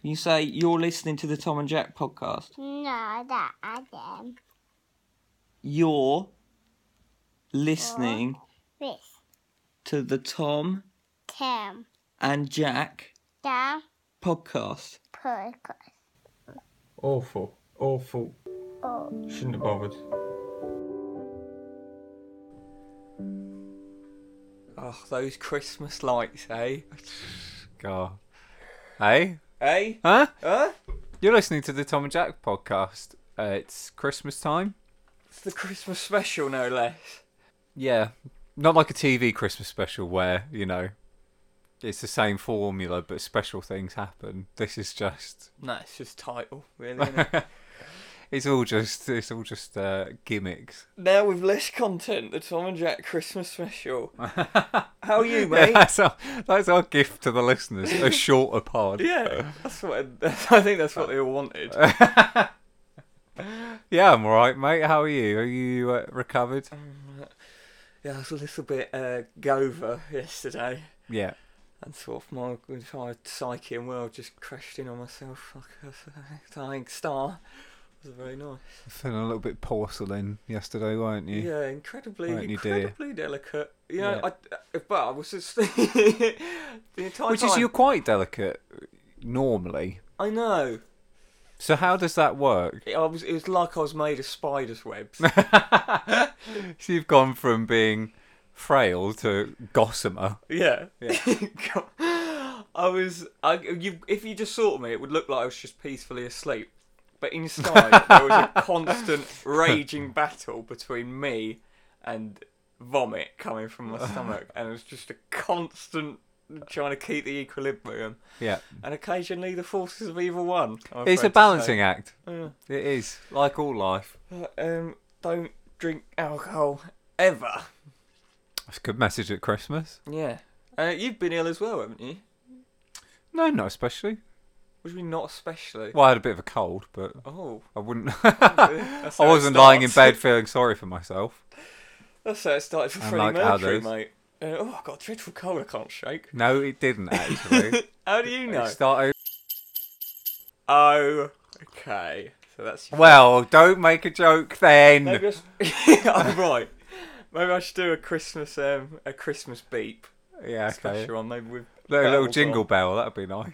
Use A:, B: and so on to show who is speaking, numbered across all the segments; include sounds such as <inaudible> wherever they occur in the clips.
A: Can you say you're listening to the Tom and Jack podcast?
B: No, that I am
A: You're listening
B: with
A: to the Tom
B: Tim
A: and Jack
B: down
A: podcast.
B: podcast.
C: Awful. Awful.
B: Oh,
C: Shouldn't have bothered.
A: Oh, those Christmas lights, eh?
D: God. Hey?
A: Eh?
D: Huh?
A: Huh?
D: You're listening to the Tom and Jack podcast. Uh, it's Christmas time.
A: It's the Christmas special, no less.
D: Yeah. Not like a TV Christmas special where, you know, it's the same formula but special things happen. This is just
A: No, it's just title, really. Isn't it?
C: <laughs>
D: it's all just it's all just uh, gimmicks. <laughs>
A: now with less content, the Tom and Jack Christmas
C: <laughs>
A: special.
D: Yeah,
A: How are you, mate?
D: that's our that's our gift to the listeners.
A: <laughs>
D: A shorter pod.
A: Yeah, that's what <laughs> I think that's what they all wanted.
D: uh, Yeah, I'm alright, mate. How are you? Are you uh, recovered?
A: Um, Yeah, I was a little bit uh, gover yesterday,
D: Yeah.
A: and sort of my entire psyche and world just crashed in on myself like a dying star. It was very nice.
D: Feeling a little bit porcelain yesterday, weren't you?
A: Yeah, incredibly,
D: Aren't you, dear?
A: incredibly delicate. You know,
D: Yeah.
A: I, uh, but I was just <laughs> the entire
D: Which
A: time.
D: is you're quite delicate normally.
A: I know.
D: So how does that work?
A: It, I was. It was like I was made of spiders' webs.
D: So you've gone from being frail to gossamer.
A: Yeah. <laughs> God. I was. I, you, if you just saw me, it would look like I was just peacefully asleep. But inside, there was
D: <laughs>
A: a constant raging battle between me and vomit coming from
D: <laughs>
A: my stomach, and it was just a constant trying to keep the equilibrium,
D: Yeah.
A: and occasionally the forces of either one. I'm afraid
D: It's a
A: to
D: balancing
A: say.
D: act.
A: Yeah.
D: It is, like all life.
A: But, um, don't drink alcohol ever.
D: That's a good message at Christmas.
A: Yeah. Uh, you've been ill as well, haven't you?
D: No, not especially.
A: Which mean not especially.
D: Well, I had a bit of a cold, but
A: Oh.
D: I wouldn't. <laughs>
A: That's
D: I
A: how it
D: wasn't lying in bed
A: starts.
D: feeling sorry for myself.
A: That's how it started for
D: And
A: Freddie
D: like
A: Mercury,
D: others.
A: mate. Uh, oh, I've got a dreadful cold I can't shake.
D: No, it didn't actually.
A: <laughs> How do you know?
D: It started.
A: Oh, okay. So
D: <laughs>
A: that's.
D: Well, don't make a joke then.
A: Maybe <laughs> I should... I'm right. Maybe I should do a Christmas um, a Christmas beep
D: yeah, okay.
A: special one. Maybe with
D: Little, little
A: bells
D: jingle
A: on.
D: bell. That'd be nice.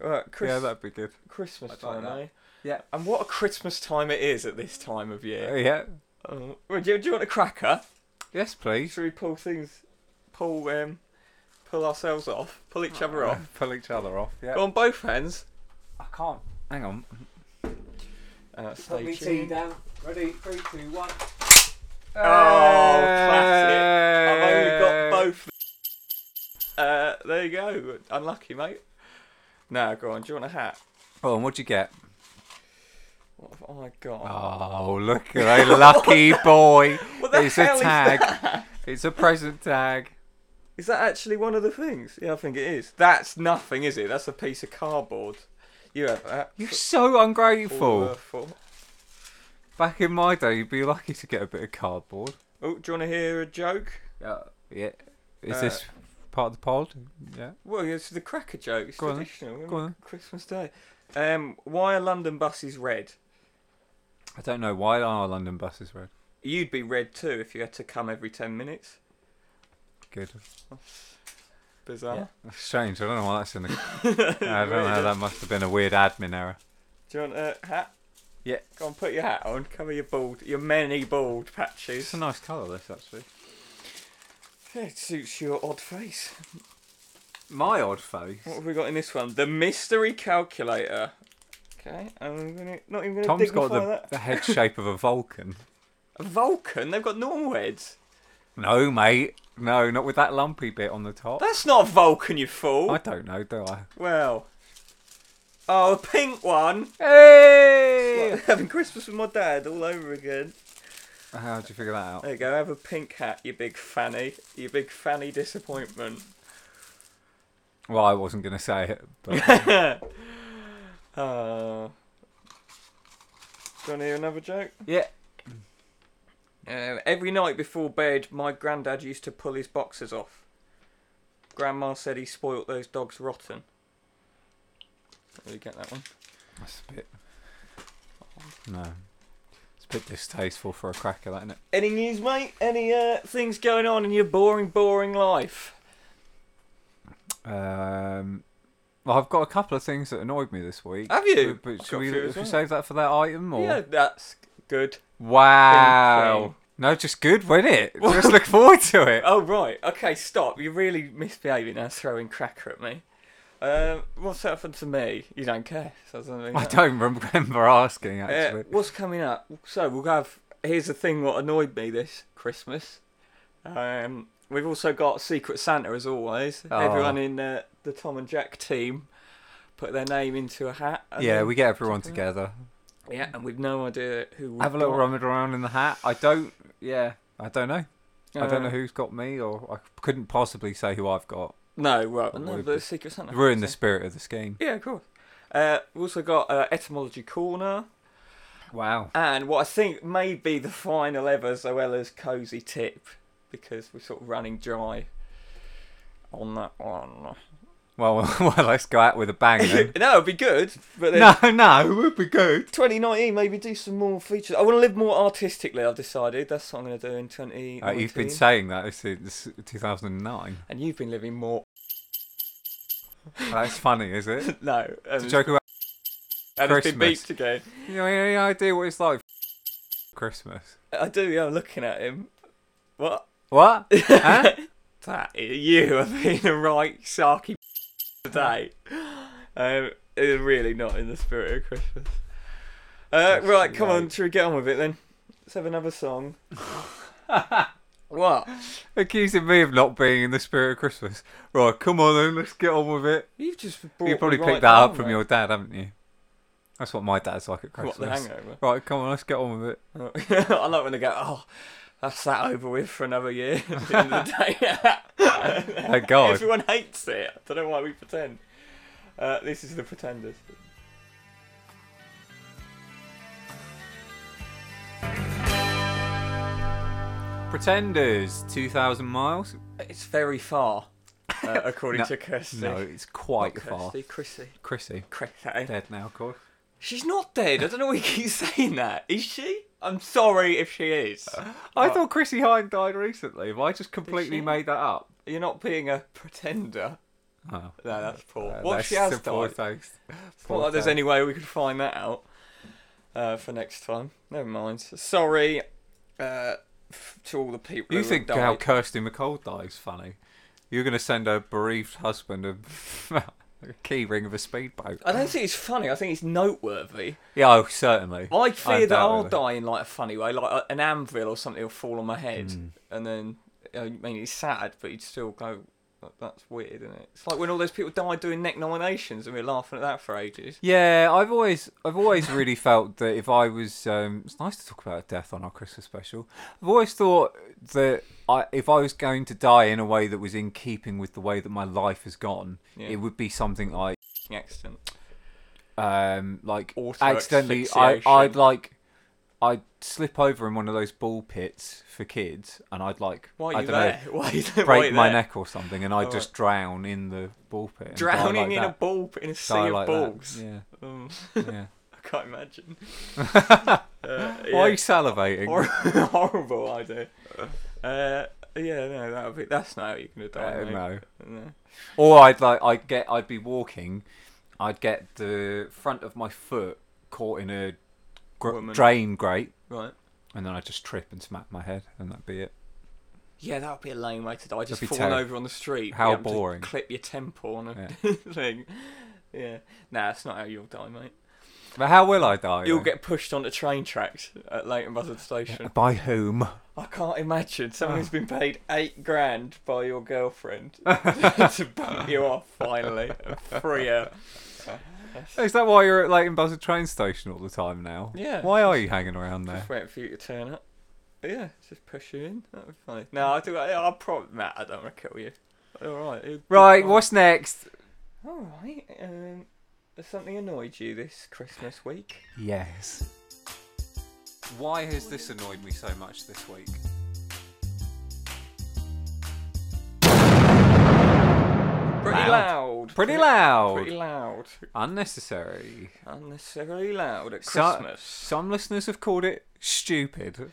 A: Right, Chris...
D: Yeah, that'd be good.
A: Christmas
D: I'd like
A: time,
D: that.
A: eh?
D: Yeah.
A: And what a Christmas time it is at this time of
D: Uh,
A: year.
D: yeah.
A: Oh, well, do, you, do you want a cracker?
D: Yes, please.
A: Should we pull things, pull um, pull ourselves off, pull each other off?
D: Pull each other off. Yeah.
A: Go on both hands.
D: I can't. Hang on.
A: Uh,
D: Put
A: stay
D: me
A: tuned.
D: tea down. Ready? Three, two, one. Oh,
A: classic. I've only got both. Uh, there you go. Unlucky, mate. Now, go on. Do you want a hat?
D: Hold on, what'd you get?
A: What have I got?
D: Oh, look at a lucky boy.
A: <laughs> What the
D: It's
A: hell
D: a
A: is
D: tag. It's a present tag.
A: Is that actually one of the things? Yeah, I think it is. That's nothing, is it? That's a piece of cardboard. You have that.
D: You're so ungrateful.
A: Awful.
D: Back in my day, you'd be lucky to get a bit of cardboard.
A: Oh, do you want to hear a joke?
D: Yeah. Yeah. Is
A: Uh,
D: this part of the pod? Yeah.
A: Well, it's the cracker joke. It's
D: Go on then.
A: traditional. isn't
D: Go
A: it?
D: on.
A: Christmas Day. Um, why are London buses red?
D: I don't know why are London buses red.
A: You'd be red too if you had to come every ten minutes.
D: Good.
A: Bizarre.
D: That's strange. I don't know why that's
A: <laughs>
D: in the. I don't know. That must have been a weird admin error.
A: Do you want a hat?
D: Yeah.
A: Go on, put your hat on. Cover your bald, your many bald
D: It's
A: patches.
D: a nice colour, this actually.
A: Yeah, it suits your odd face.
D: My odd face.
A: What have we got in this one? The mystery calculator. Okay, I'm gonna not even gonna
D: Tom's
A: dignify
D: got the,
A: that.
D: the head shape of a Vulcan.
A: A Vulcan. They've got normal heads.
D: No, mate. No, not with that lumpy bit on the top.
A: That's not a Vulcan, you fool.
D: I don't know, do I?
A: Well. Oh, a pink one.
D: Hey!
A: <laughs> Having Christmas with my dad all over again.
D: How'd you figure that out?
A: There you go. Have a pink hat, you big fanny. You big fanny disappointment.
D: Well, I wasn't going to say it,
A: <laughs>
D: but
A: uh, do you want to hear another joke?
D: yeah.
A: Uh, every night before bed, my granddad used to pull his boxers off. Grandma said he spoilt those dogs rotten. Did you get that one?
D: That's a bit. No. It's a bit distasteful for a cracker, that, isn't it?
A: Any news, mate? Any uh, things going on in your boring, boring life?
D: Um, well, I've got a couple of things that annoyed me this week.
A: Have you?
D: But, but
A: I've
D: should
A: got a
D: we,
A: few as
D: if we
A: well.
D: save that for that item? Or?
A: Yeah, that's good.
D: Wow.
A: thing.
D: No, just good, wasn't it? just look forward to
A: <laughs>
D: it.
A: Oh right, okay, stop. You're really misbehaving now, throwing cracker at me. Um, what's happened to me? You don't care. So it doesn't really
D: I
A: matter.
D: don't remember asking,
A: Uh,
D: actually.
A: what's coming up? So we'll have. Here's the thing. What annoyed me this Christmas. Um, we've also got Secret Santa as always.
D: Oh.
A: Everyone in uh, the Tom and Jack team put their name into a hat. and
D: yeah,
A: then-
D: we get everyone together.
A: Yeah, and we've no idea who. We've
D: Have a little
A: got.
D: rummage around in the hat. I don't. Yeah, I don't know. I don't know
A: Uh,
D: who's got me, or I couldn't possibly say who I've got.
A: No, well, no,
D: would
A: but
D: be-
A: Secret Santa.
D: Ruin
A: so-
D: the spirit of the scheme.
A: Yeah, of course. Uh, we've also got uh, Etymology Corner,
D: Wow.
A: and what I think may be the final ever Zoella's Cozy Tip, because we're sort of running dry on that one.
D: Well, <laughs> well, let's go out with a bang then.
A: no, it'd be good, but <laughs> then
D: no, no, it would be good.
A: 2019, maybe do some more features. I want to live more artistically, I've decided. That's what I'm going to do in 2019.
D: Uh, you've been saying that since 2009.
A: and you've been living more.
D: Well, that's funny, is it?
A: <laughs> No.
D: To
A: And,
D: joke about.
A: and it's been
D: Christmas.
A: beeped again.
D: You know, any idea what it's like for Christmas?
A: I do, yeah, I'm looking at him. What?
D: What? Huh?
A: <laughs> That you have been a right sarky <laughs> today. Um, it's really not in the spirit of Christmas. Uh,
D: That's
A: right, come on,
D: right.
A: shall we get on with it then? Let's have another <laughs> song. what?
D: Accusing me of not being in the spirit of Christmas. Right, come on then, let's get on with it.
A: You've just brought
D: you probably
A: me
D: picked
A: right
D: that up
A: down,
D: from
A: mate.
D: your dad, haven't you? That's what my dad's like at Christmas.
A: What the hangover?
D: Right, come on, let's get on with
A: <laughs>
D: it.
A: I like when they go, oh, that's that over with for another year <laughs> at the end of the day.
D: Oh, God.
A: Everyone hates it. I don't know why we pretend. Uh, this is The Pretenders.
D: Pretenders, 2,000 miles?
A: It's very far,
D: <laughs>
A: uh, according
D: No-
A: to Kirsty.
D: No, it's quite
A: Not
D: far.
A: Kirsty, Chrissy.
D: Chrissy,
A: Chrissy.
D: dead now, of course.
A: She's not dead. I don't know why you keep <laughs> saying that. Is she? I'm sorry if she is.
D: I
A: What?
D: thought Chrissy Hine died recently. Have I just completely
A: she?
D: made that up?
A: You're not being a pretender.
D: Oh.
A: No, that's poor.
D: Uh,
A: what
D: that's
A: she has
D: the poor
A: died.
D: taste.
A: Not
D: Poor
A: like there's
D: taste.
A: any way we could find that out uh, for next time. Never mind. Sorry uh, f- to all the people.
D: You
A: who
D: think
A: have died.
D: how Kirsty McCall dies funny? You're going to send her bereaved husband a, <laughs> a key ring of a speedboat.
A: I don't think it's funny. I think it's noteworthy.
D: Yeah, oh, certainly.
A: I fear that I'll
D: Undoubtedly.
A: die in like a funny way, like a- an anvil or something will fall on my head,
D: Hmm.
A: and then I mean it's sad, but you'd still go, "That's weird, isn't it?" It's like when all those people died doing neck nominations, and we were laughing at that for ages.
D: Yeah, I've always, I've always really felt that if I was, um, it's nice to talk about death on our Christmas special. I've always thought that I, if I was going to die in a way that was in keeping with the way that my life has gone,
A: Yeah.
D: it would be something like,
A: Accident.
D: um, like
A: Auto
D: accidentally, I, I'd
A: asphyxiation.
D: like, I'd slip over in one of those ball pits for kids, and I'd like,
A: Why
D: I
A: are you
D: don't
A: there? <laughs>
D: know,
A: Why are you there? Why are
D: break
A: you
D: my
A: there?
D: neck or something, and I'd
A: Alright.
D: just drown in the ball pit, and die
A: Drowning
D: like
A: in
D: that.
A: a ball in a sea
D: Die
A: of
D: like that.
A: balls. <laughs>
D: Yeah,
A: Um,
D: yeah.
A: I can't
D: <laughs>
A: imagine. uh,
D: Why are you
A: yeah. <laughs>
D: salivating? <laughs>
A: Hor- horrible idea. Uh, yeah, no, that would be. That's not how you're gonna die.
D: Uh,
A: mate.
D: no.
A: No.
D: Or I'd like I'd get I'd be walking, I'd get the front of my foot caught in a gr-
A: Woman.
D: drain grate,
A: Right.
D: and then I'd just trip and smack my head, and that'd be it.
A: Yeah, that would be a lame way to die. Just
D: be
A: falling
D: terrible.
A: over on the street.
D: How
A: be able to
D: boring.
A: Clip your temple on a <laughs> thing. Yeah. Nah, that's not how you'll die, mate.
D: But how will I die?
A: You'll
D: then?
A: get pushed onto train tracks at Leighton Buzzard
D: <laughs>
A: Station.
D: by whom?
A: I can't imagine someone
D: Oh.
A: who's been paid eight grand by your girlfriend
D: <laughs>
A: <laughs> to bump you off finally and free her.
D: Is that why you're at Leighton Buzzard train station all the time now?
A: Yeah.
D: Why are you hanging around there?
A: Just waiting for you to turn up. But yeah, just push you in. That would be funny. No, I do. I'll probably. Nah, I don't want to kill you. All right.
D: Right, what's next?
A: All right. Um, has something annoyed you this Christmas week?
D: Yes. Why has this annoyed me so much this week?
A: Pretty loud.
D: Pretty loud.
A: Pretty loud.
D: Unnecessary.
A: Unnecessarily loud at
D: So-
A: Christmas.
D: some listeners have called it stupid.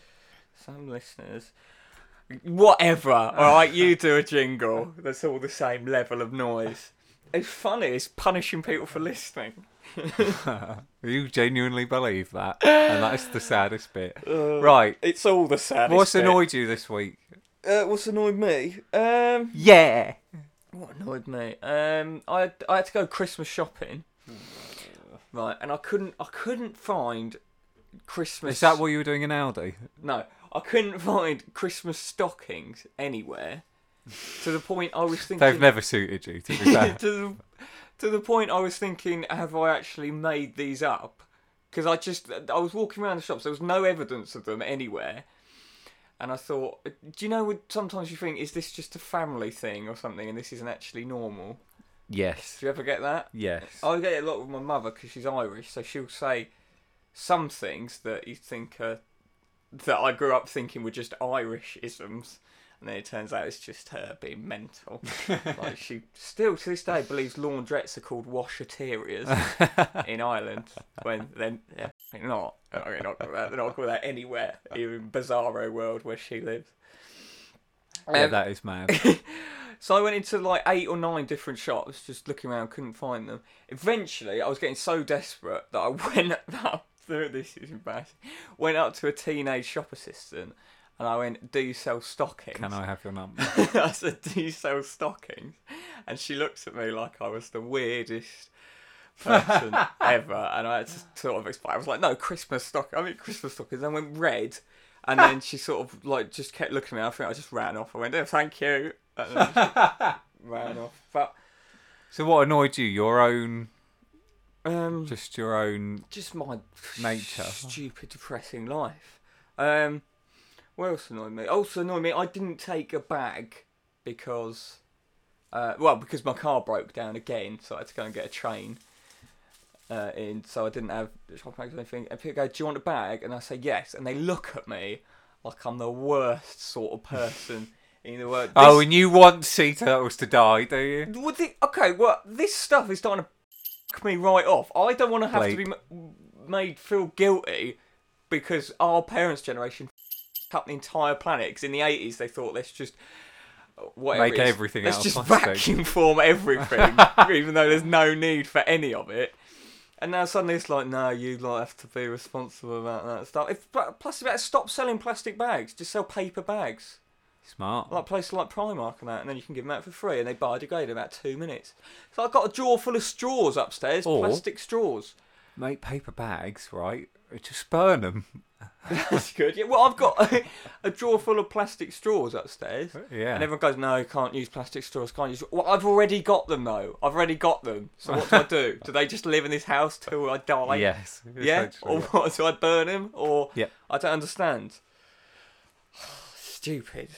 A: Some listeners. Whatever. All right, you do a jingle. That's all the same level of noise. It's funny. It's punishing people for listening.
D: You genuinely believe that, and that's the saddest
A: <laughs>
D: bit. right.
A: It's all the Uh, saddest.
D: What's
A: bit.
D: annoyed you this week?
A: Uh, what's annoyed me? Um,
D: Yeah.
A: what annoyed me? Um, I I had to go Christmas shopping.
D: Hmm.
A: Right, and I couldn't I couldn't find Christmas.
D: Is that what you were doing in Aldi?
A: No, I couldn't find Christmas stockings anywhere. to the point I was thinking.
D: <laughs> They've never suited you, to <laughs> be fair.
A: <laughs> to the to the point I was thinking, have I actually made these up? Because I just I was walking around the shops, there was no evidence of them anywhere, and I thought, do you know? when Sometimes you think, is this just a family thing or something, and this isn't actually normal?
D: yes.
A: Do you ever get that?
D: Yes.
A: I get it a lot with my mother because she's Irish, so she'll say some things that you think are, that I grew up thinking were just Irish isms, and then it turns out it's just her being mental. like she still to this day believes laundrettes are called washaterias
D: <laughs>
A: in Ireland when then yeah, they're not. They're not called that. They're not called that anywhere, even Bizarro world where she lives.
D: <laughs> yeah,
A: Um,
D: that is mad.
A: so I went into like eight or nine different shops, just looking around, couldn't find them. Eventually, I was getting so desperate that I <laughs> went up. This is embarrassing. Went up to a teenage shop assistant, and I went, "Do you sell stockings?"
D: Can I have your number?
A: <laughs> I said, "Do you sell stockings?" And she looked at me like I was the weirdest person ever, and I had to sort of explain. I was like, "No, Christmas stock. I mean, Christmas stockings." I went red, and then she sort of like just kept looking at me. I think I just ran off. I went, "Oh, "Thank you," and then just ran off. But
D: So what annoyed you? Your own,
A: um, just,
D: just your own.
A: my
D: Nature.
A: stupid, depressing life. Um, what else annoyed me? Also annoyed me. I didn't take a bag because. Uh, well, because my car broke down again, so I had to go and get a train. Uh, in so I didn't have shop bags or anything. And people go, "Do you want a bag?" And I say yes, and they look at me like I'm the worst sort of person in the world.
D: Oh,
A: This-
D: and you want sea turtles to die, do you?
A: Well, thi- okay, well, this stuff is starting to f- me right off. I don't want to have to be m- made feel guilty because our parents' generation f- up the entire planet. 'Cause in the eighties, they thought let's just uh, whatever
D: Make
A: it is,
D: everything
A: Let's
D: out of
A: just
D: plastic."
A: vacuum form
D: <laughs>
A: everything, even though there's no need for any of it. And now suddenly it's like, no, you like have to be responsible about that stuff. If pl- plastic bags, stop selling plastic bags. Just sell paper bags
D: Smart.
A: like places like Primark and that, and then you can give them out for free, and they biodegrade in about two minutes. So I've got a drawer full of straws upstairs,
D: Or-
A: plastic straws. <laughs>
D: Make paper bags, right? Just burn them.
A: That's good. Yeah, well, I've got <laughs> a, a drawer full of plastic straws upstairs.
D: Oh, Yeah.
A: And everyone goes, no, you can't use plastic straws, can't use. Well, I've already got them though. I've already got them. So what do I do? do they just live in this house till I die?
D: yes.
A: Yeah. Oh,
D: essentially,
A: Or
D: yeah.
A: what? <laughs> Do I burn them? Or
D: Yeah.
A: I don't understand. <sighs> Stupid.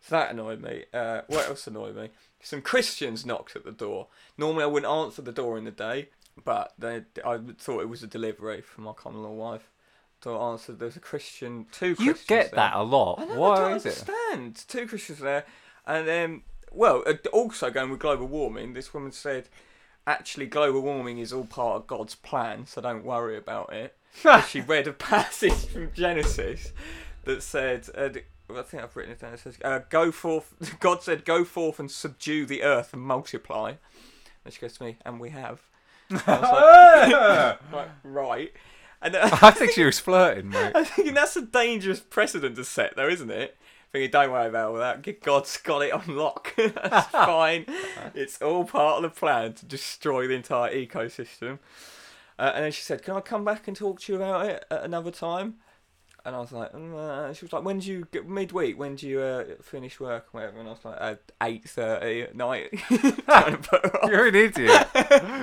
A: So that annoyed me. Uh, what else annoyed me? Some Christians knocked at the door. Normally I wouldn't answer the door in the day, but they, I thought it was a delivery from my common law wife. So I answered. There's a Christian. Two.
D: You
A: Christians
D: get
A: there.
D: that a lot.
A: I know, I
D: Why
A: don't
D: is it?
A: understand. Two Christians there, and um, well, uh, also going with global warming, this woman said, actually, global warming is all part of God's plan, so don't worry about
D: <laughs>
A: it. 'Cause she read a passage from Genesis that said, uh, d- I think I've written it down. It says, uh, "Go forth." <laughs> God said, "Go forth and subdue the earth and multiply." And she goes to me, "And we have." And I
D: <laughs>
A: was like, like, right, and uh, <laughs>
D: I think she was flirting, mate.
A: I think that's a dangerous precedent to set, though, isn't it? Thinking, don't worry about all that. Good God's got it on lock. <laughs> that's fine. It's all part of the plan to destroy the entire ecosystem. Uh, and then she said, "Can I come back and talk to you about it at another time?" And I was like, mm, uh, "She was like, when do you get midweek? When do you uh, finish work and whatever?" And I was like, "At eight thirty at night." <laughs> Trying to put her off.
D: You're an idiot.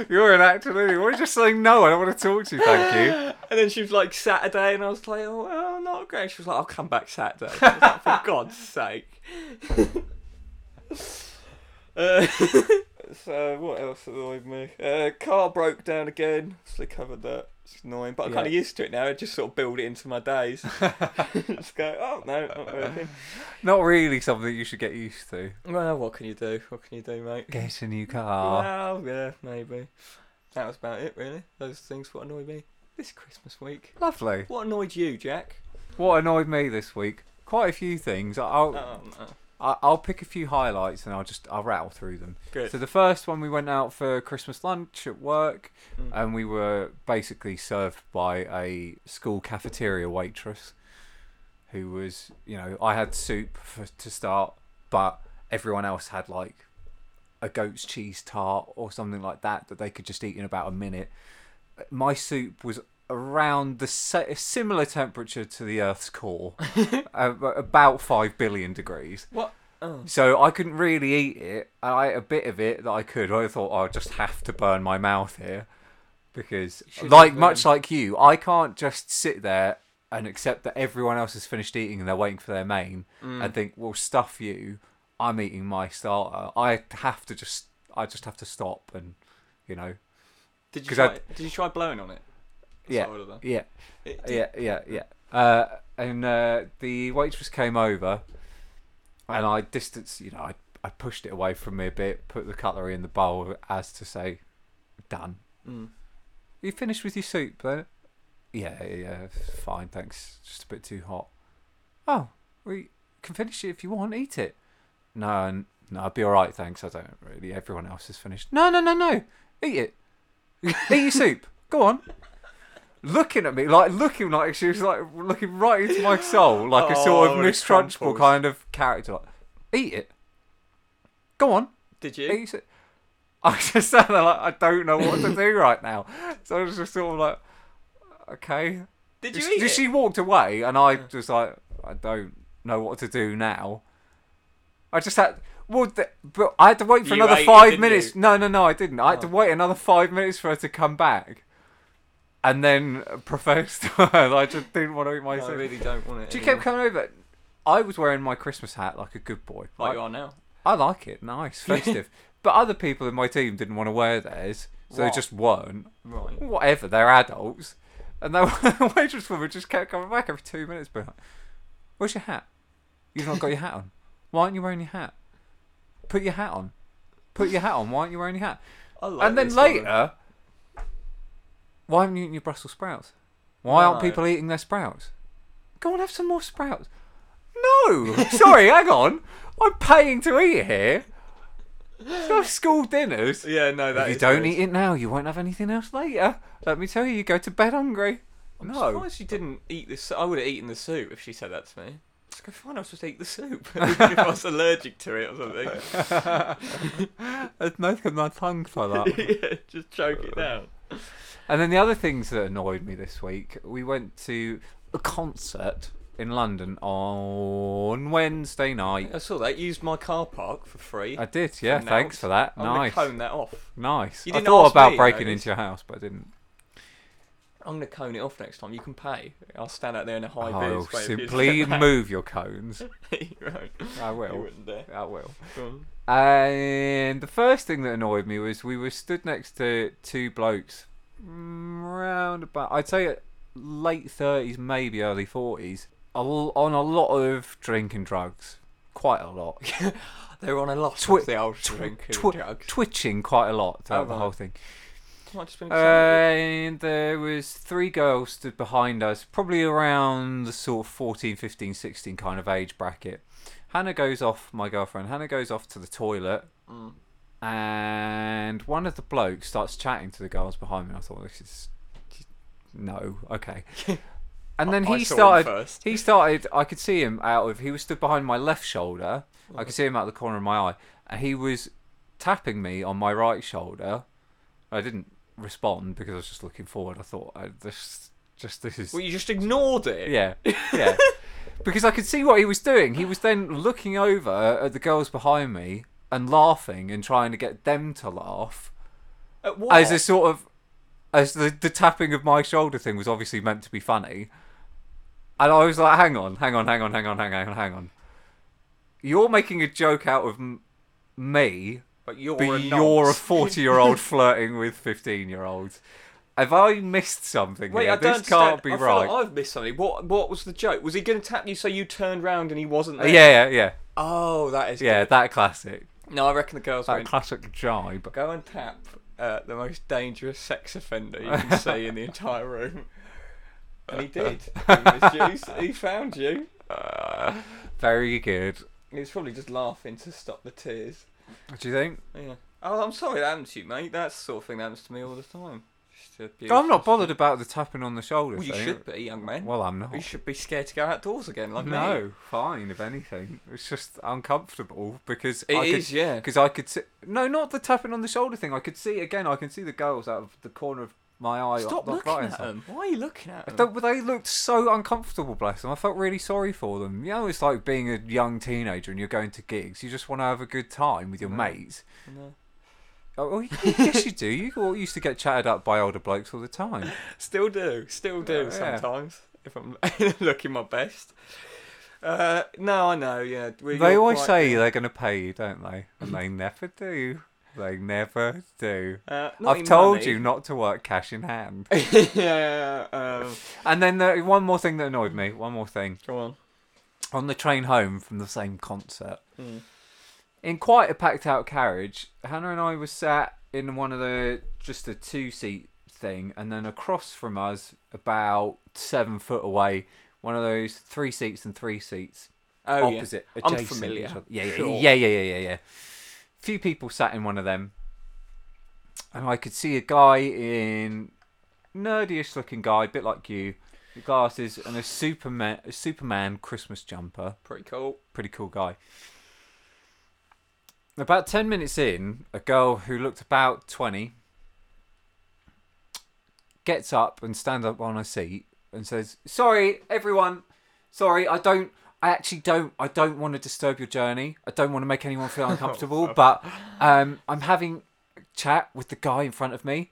D: You're an actual idiot. Why are you just saying no? I don't want to talk to you, thank you.
A: And then she was like, Saturday, and I was like, oh, well, not great. She was like, I'll come back Saturday. I was like, For God's sake. uh, <laughs> So what else annoyed me? Uh, car broke down again. So they covered that. It's annoying, but I'm
D: Yeah.
A: kind of used to it now. I just sort of build it into my days. <laughs> just go, oh no, not working.
D: Not really something you should get used to.
A: Well, what can you do? What can you do, mate?
D: Get a new car.
A: Well, yeah, maybe. That was about it, really. Those things what annoyed me this Christmas week.
D: Lovely.
A: What annoyed you, Jack?
D: What annoyed me this week? Quite a few things. I'll
A: Oh, no.
D: I- I'll pick a few highlights and I'll just I'll rattle through them.
A: Good.
D: So the first one we went out for Christmas lunch at work, and we were basically served by a school cafeteria waitress, who was you know I had soup for, to start, but everyone else had like a goat's cheese tart or something like that that they could just eat in about a minute. My soup was around the sa- similar temperature to the Earth's core, uh, about five billion degrees.
A: What? Oh.
D: So I couldn't really eat it. and I ate a bit of it that I could. I thought I'll just have to burn my mouth here because,
A: should
D: like
A: have,
D: much like you, I can't just sit there and accept that everyone else has finished eating and they're waiting for their main and think, well, stuff you. I'm eating my starter. I have to just, I just have to stop and, you know,
A: Did you
D: 'Cause
A: try,
D: I-
A: did you try blowing on it?
D: yeah,
A: Sort of,
D: yeah,
A: It-
D: yeah, yeah, yeah. Uh, and uh, the waitress came over, and I distanced, you know, I, I pushed it away from me a bit, put the cutlery in the bowl as to say, done.
A: Mm.
D: You finished with your soup then? Yeah, yeah, fine, thanks. Just a bit too hot. Oh, we can finish it if you want, eat it. No, n- no, I'd be alright, thanks. I don't really. Everyone else is finished. No, no, no, no. Eat it. <laughs> Eat your soup. Go on. Looking at me, like looking like she was like looking right into my soul, like a sort
A: Oh,
D: of
A: the
D: mistrustful
A: crumples.
D: kind of character. Like, eat it. Go on.
A: Did
D: Eat
A: you?
D: your soup. <laughs> I just sat there like I don't know what to do right now. So I was just sort of like, okay.
A: Did
D: She-
A: you eat it?
D: She walked away, and I just like I don't know what to do now. I just had well, th- but I had to wait for
A: You
D: another
A: ate it,
D: five
A: didn't
D: minutes.
A: you? Oh.
D: No, no, no, I didn't. I had to wait another five minutes for her to come back, and then profess <laughs> to her that I just didn't want to eat my
A: I
D: soup.
A: really don't want it.
D: She kept
A: anymore.
D: coming over. I was wearing my Christmas hat like a good boy.
A: Like
D: I,
A: you are now.
D: I like
A: <laughs>
D: it, nice, festive. but other people in my team didn't want to wear theirs, so
A: Right.
D: they just weren't
A: Right.
D: whatever, they're adults. And they, the <laughs> waitress woman just kept coming back every two minutes, being like, Where's your hat? You've not got your hat on. Why aren't you wearing your hat? Put your hat on. Put your hat on. Why aren't you wearing your hat?
A: I like
D: and then
A: this
D: later,
A: woman.
D: why haven't you eaten your Brussels sprouts? Why aren't
A: No.
D: people eating their sprouts? Go and have some more sprouts. No! Sorry, hang on. I'm paying to eat here. It's not school dinners
A: Yeah, no, that
D: if you
A: is
D: don't
A: gross.
D: eat it now, you won't have anything else later. Let me tell you, you go to bed hungry.
A: I'm
D: <laughs> no.
A: surprised you didn't eat this. I would have eaten the soup if she said that to me. It's go fine. I was supposed to eat the soup <laughs> if I
D: <laughs>
A: was allergic to it or something. <laughs>
D: I'd make my tongue for that.
A: yeah, just choke it down.
D: <laughs> and then the other things that annoyed me this week, we went to a concert in London on Wednesday night.
A: I saw that. Used my car park for free.
D: I did, Uh, yeah.
A: Announced.
D: Thanks for that.
A: I'm
D: nice,
A: gonna cone that off.
D: nice.
A: You
D: I
A: didn't
D: thought
A: ask
D: about
A: me,
D: breaking
A: though.
D: into your house, but I didn't.
A: I'm gonna cone it off next time. You can pay. I'll stand out there in a high
D: I'll
A: boots. waiting for you to
D: Oh,
A: <laughs>
D: simply
A: get back.
D: move your cones.
A: <laughs> you won't.
D: I
A: You
D: will.
A: wouldn't dare.
D: I will.
A: Go on.
D: And the first thing that annoyed me was we were stood next to two blokes, mm, round about I'd say late thirties, maybe early forties, on a lot of drinking drugs, quite a lot, <laughs>
A: They're on a lot
D: Twi-
A: of the old
D: tw-
A: drinking
D: twi- Uh,
A: drugs. Oh,
D: twitching quite a lot throughout the
A: right.
D: whole thing.
A: Might just been excited.
D: And there was three girls stood behind us, probably around the sort of 14, 15, 16 kind of age bracket. Hannah goes off, my girlfriend, Hannah goes off to the toilet.
A: Mm.
D: And one of the blokes starts chatting to the girls behind me. I thought, this is. No,
A: <laughs>
D: okay. And then
A: I- I
D: he
A: saw him
D: started.
A: first.
D: He started. I could see him out of. He was stood behind my left shoulder. I could see him out of the corner of my eye. And he was tapping me on my right shoulder. I didn't respond because I was just looking forward. I thought, I, this, just this is,
A: well, you just ignored it.
D: yeah,
A: <laughs>
D: yeah, because I could see what he was doing. He was then looking over at the girls behind me and laughing and trying to get them to laugh
A: At what?
D: as a sort of as the the tapping of my shoulder thing was obviously meant to be funny. And I was like, hang on, hang on, hang on, hang on, hang on, hang on. You're making a joke out of m- me
A: But you're
D: but
A: a
D: you're
A: <laughs>
D: a
A: nonce.
D: 40 year old flirting with 15 year olds. Have I missed something
A: Wait,
D: here?
A: I don't
D: this can't
A: understand.
D: be
A: I feel
D: right.
A: like I've missed something. What What was the joke? Was he going to tap you so you turned round and he wasn't
D: Uh,
A: there?
D: yeah, yeah, yeah,
A: Oh, that is.
D: yeah. That classic,
A: Good. No, I reckon the girls
D: that
A: went.
D: classic jibe.
A: Go and tap uh, the most dangerous sex offender you
D: <laughs>
A: can see in the entire room. And he did. He, was you. he found you.
D: Uh, very good.
A: He was probably just laughing to stop the tears.
D: What do you think?
A: Yeah. Oh, I'm sorry that happened to you, mate. That sort of thing happens to me all the time. Just a beautiful-
D: I'm not bothered about the tapping on the
A: <laughs>
D: shoulder.
A: Well, you
D: thing.
A: should be, young man.
D: Well, I'm not.
A: you should be scared to go outdoors again, like me.
D: No, fine. If anything, it's just uncomfortable because
A: It
D: I
A: is,
D: could,
A: yeah.
D: Because I could see. No, not the tapping on the shoulder thing. I could see again. I can see the girls out of the corner of my eye.
A: Stop
D: like,
A: looking
D: right
A: at
D: inside.
A: them. Why are you looking at them?
D: They, they looked so uncomfortable, bless them. I felt really sorry for them. You know, it's like being a young teenager and you're going to gigs. You just want to have a good time with your mates.
A: No.
D: Oh, well, yes, you do. You all used to get chatted up by older blokes all the time.
A: Still do, still do
D: Yeah.
A: sometimes if I'm <laughs> looking my best. Uh, no, I know. Yeah, we, <laughs>
D: they
A: you're
D: always
A: quite-
D: say they're going to pay you, don't they?
A: <laughs>
D: And they never do. They never do.
A: Uh, not
D: I've
A: in
D: told
A: money.
D: you not to work cash in hand.
A: <laughs> yeah, um,
D: and then the, one more thing that annoyed me. One more thing.
A: go on.
D: on the train home from the same concert. In quite a packed out carriage, Hannah and I were sat in one of the just a two seat thing, and then across from us, about seven foot away, one of those three seats and three seats
A: Oh, yeah.
D: opposite,
A: I'm
D: adjacent
A: familiar.
D: each other. Yeah, yeah,
A: Sure.
D: yeah, yeah, yeah, yeah, yeah. Few people sat in one of them, and I could see a guy in nerdish looking guy, bit like you, with glasses and a Superman, a Superman Christmas jumper.
A: Pretty cool.
D: Pretty cool guy. About ten minutes in, a girl who looked about twenty gets up and stands up on her seat and says, "Sorry, everyone. Sorry, I don't. I actually don't. I don't want to disturb your journey. I don't want to make anyone feel uncomfortable. but um, I'm having a chat with the guy in front of me,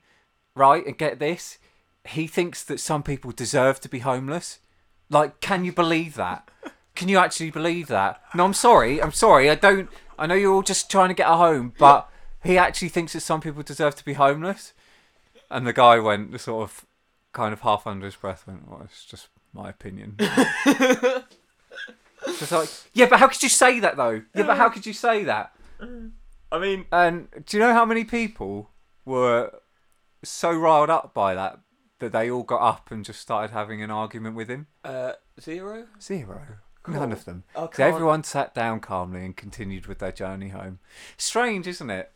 D: right? And get this, he thinks that some people deserve to be homeless. Like, can you believe that? Can you actually believe that? No, I'm sorry. I'm sorry. I don't. I know you're all just trying to get a home, but he actually thinks that some people deserve to be homeless. And the guy went sort of, kind of half under his breath, went, "Well, it's just my opinion." just like, yeah, but how could you say that though? Yeah, but how could you say that?
A: I mean,
D: And do you know how many people were so riled up by that that they all got up and just started having an argument with him?
A: uh, zero.
D: Zero. None of them.
A: I
D: 'Cause
A: Oh, can't-
D: everyone sat down calmly and continued with their journey home. Strange, isn't it?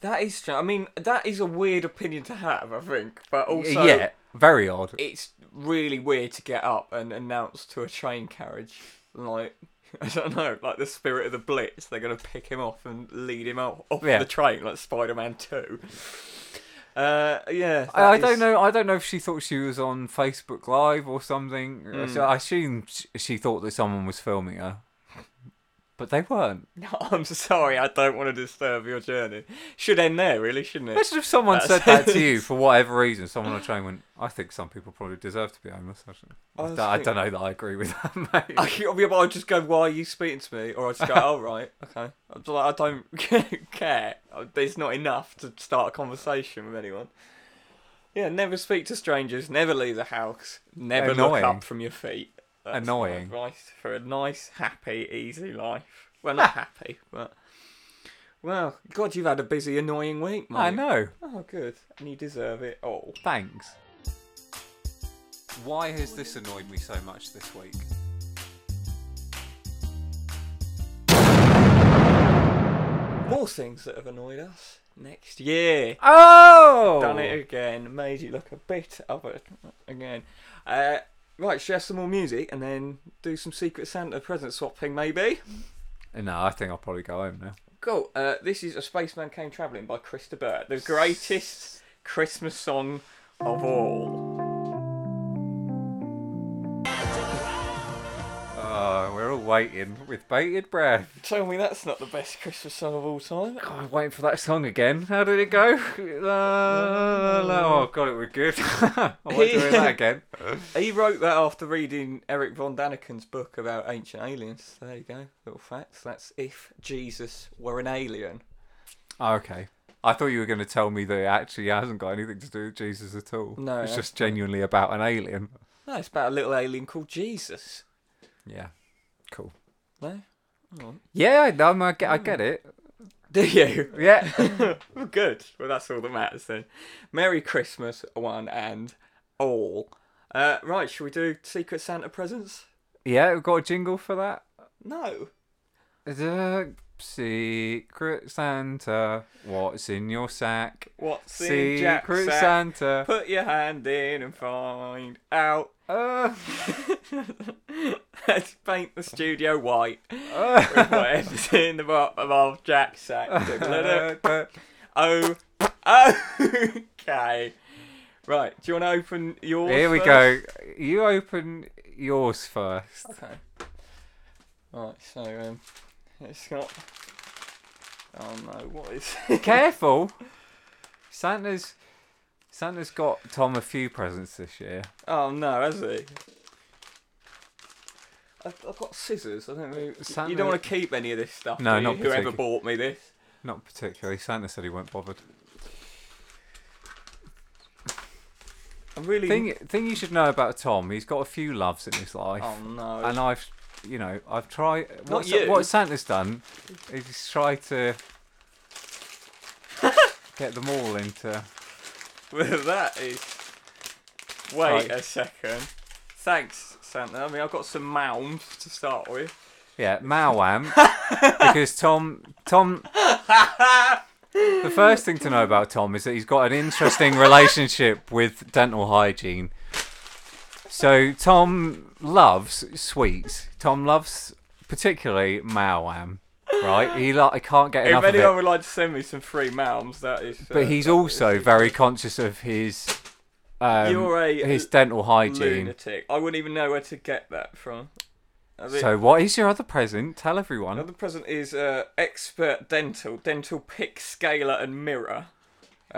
A: That is. str- I mean, that is a weird opinion to have. I think, but also,
D: yeah, very odd.
A: it's really weird to get up and announce to a train carriage like <laughs> I don't know, like the spirit of the Blitz. They're gonna pick him off and lead him off, off
D: Yeah.
A: the train like Spider-Man Two. Uh, yeah,
D: I, I
A: that
D: don't
A: is-
D: know. I don't know if she thought she was on Facebook Live or something.
A: Hmm.
D: So I assume sh- she thought that someone was filming her, but they weren't.
A: <laughs> No, I'm sorry, I don't want to disturb your journey. Should end there, really, shouldn't it?
D: Imagine if someone said
A: That's-
D: that to
A: <laughs>
D: you for whatever reason. Someone on a train went, "I think some people probably deserve to be homeless." I, don't- I
A: I was
D: don't, I
A: thinking-
D: don't know that I agree with that, <laughs>
A: <laughs>
D: mate.
A: I, yeah, but I'd just go, why are you speaking to me? Or I'd just go, oh, right, okay. I'm just like, I don't <laughs> care. There's not enough to start a conversation with anyone. Yeah, never speak to strangers, never leave the house, never look
D: Annoying.
A: up from your feet. That's my
D: Annoying.
A: advice for a nice, happy, easy life. Well, not happy, but. Well, God, you've had a busy, annoying week, mate.
D: I know.
A: Oh, good. And you deserve it all.
D: Thanks. Why has this annoyed me so much this week?
A: More things that have annoyed us next year.
D: Oh,
A: Done it again. Made you look a bit of it again. Uh, right, share some more music and then do some Secret Santa present swapping, maybe.
D: No, I think I'll probably go home now.
A: Cool. Uh, this is A Spaceman Came Travelling by Chris de Burgh, the greatest Christmas song of all.
D: Oh, we're all waiting with bated breath.
A: Tell me that's not the best Christmas song of all time.
D: God, I'm waiting for that song again. How did it go? <laughs> La, la, la. Oh God, it was good. <laughs> I won't
A: <laughs>
D: do that again.
A: He wrote that after reading Eric von Daniken's book about ancient aliens. So there you go. Little facts. That's If Jesus Were an Alien.
D: Oh, okay. I thought you were going to tell me that it actually hasn't got anything to do with Jesus at all.
A: No,
D: It's
A: that's
D: just genuinely about an alien.
A: No, it's about a little alien called Jesus.
D: Yeah. Cool.
A: No?
D: Yeah, no, I'm- I get, I get it.
A: Do you? <laughs>
D: Yeah.
A: Well, Good. Well, that's all that matters then. Merry Christmas, one and all. Uh, right, shall we do Secret Santa presents?
D: yeah, we've got a jingle for that.
A: No.
D: The Secret Santa, what's in your sack?
A: What's in Jack's
D: Secret
A: sack?
D: Santa.
A: Put your hand in and find out. <laughs>
D: Uh,
A: Let's paint the studio white.
D: uh, <laughs>
A: with Whatever's in the bottom of Jack's sack.
D: <laughs>
A: Da-da-da. oh, <laughs> okay. Right, do you want to open yours?
D: Here we
A: first?
D: go. You open yours first.
A: Okay. Right, so um, it's got. Oh no, what is?
D: Careful. Santa's Santa's got Tom a few presents this year.
A: <laughs> oh no, has he? I've, I've got scissors. I don't really... You
D: Santa-
A: don't want to keep any of this stuff.
D: uh, No,
A: do you?
D: not
A: whoever
D: particu-
A: bought me this.
D: Not particularly. Santa said he weren't bothered.
A: I really.
D: Thing thing you should know about Tom, he's got a few loves in his life.
A: Oh no.
D: and I've you know, I've tried what,
A: you.
D: what Santa's done is he's tried
A: <laughs>
D: to get them all into
A: Well, <laughs> that is. Wait
D: Right.
A: a second. Thanks, Santa. I mean, I've got some mounds to start with.
D: Yeah, Malwam. because Tom, Tom. The first thing to know about Tom is that he's got
A: <laughs>
D: an interesting relationship with dental hygiene. So Tom loves sweets. Tom loves particularly Malwam, right? He like I can't get enough
A: if
D: of it.
A: anyone would like to send me some free mounds, that is. uh,
D: But he's
A: that
D: also
A: is-
D: very conscious of his um,
A: You're a
D: his dental hygiene.
A: lunatic. I wouldn't even know where to get that from. I think-
D: So what is your other present? Tell everyone.
A: Another present is uh, expert dental, dental pick, scaler, and mirror. <laughs>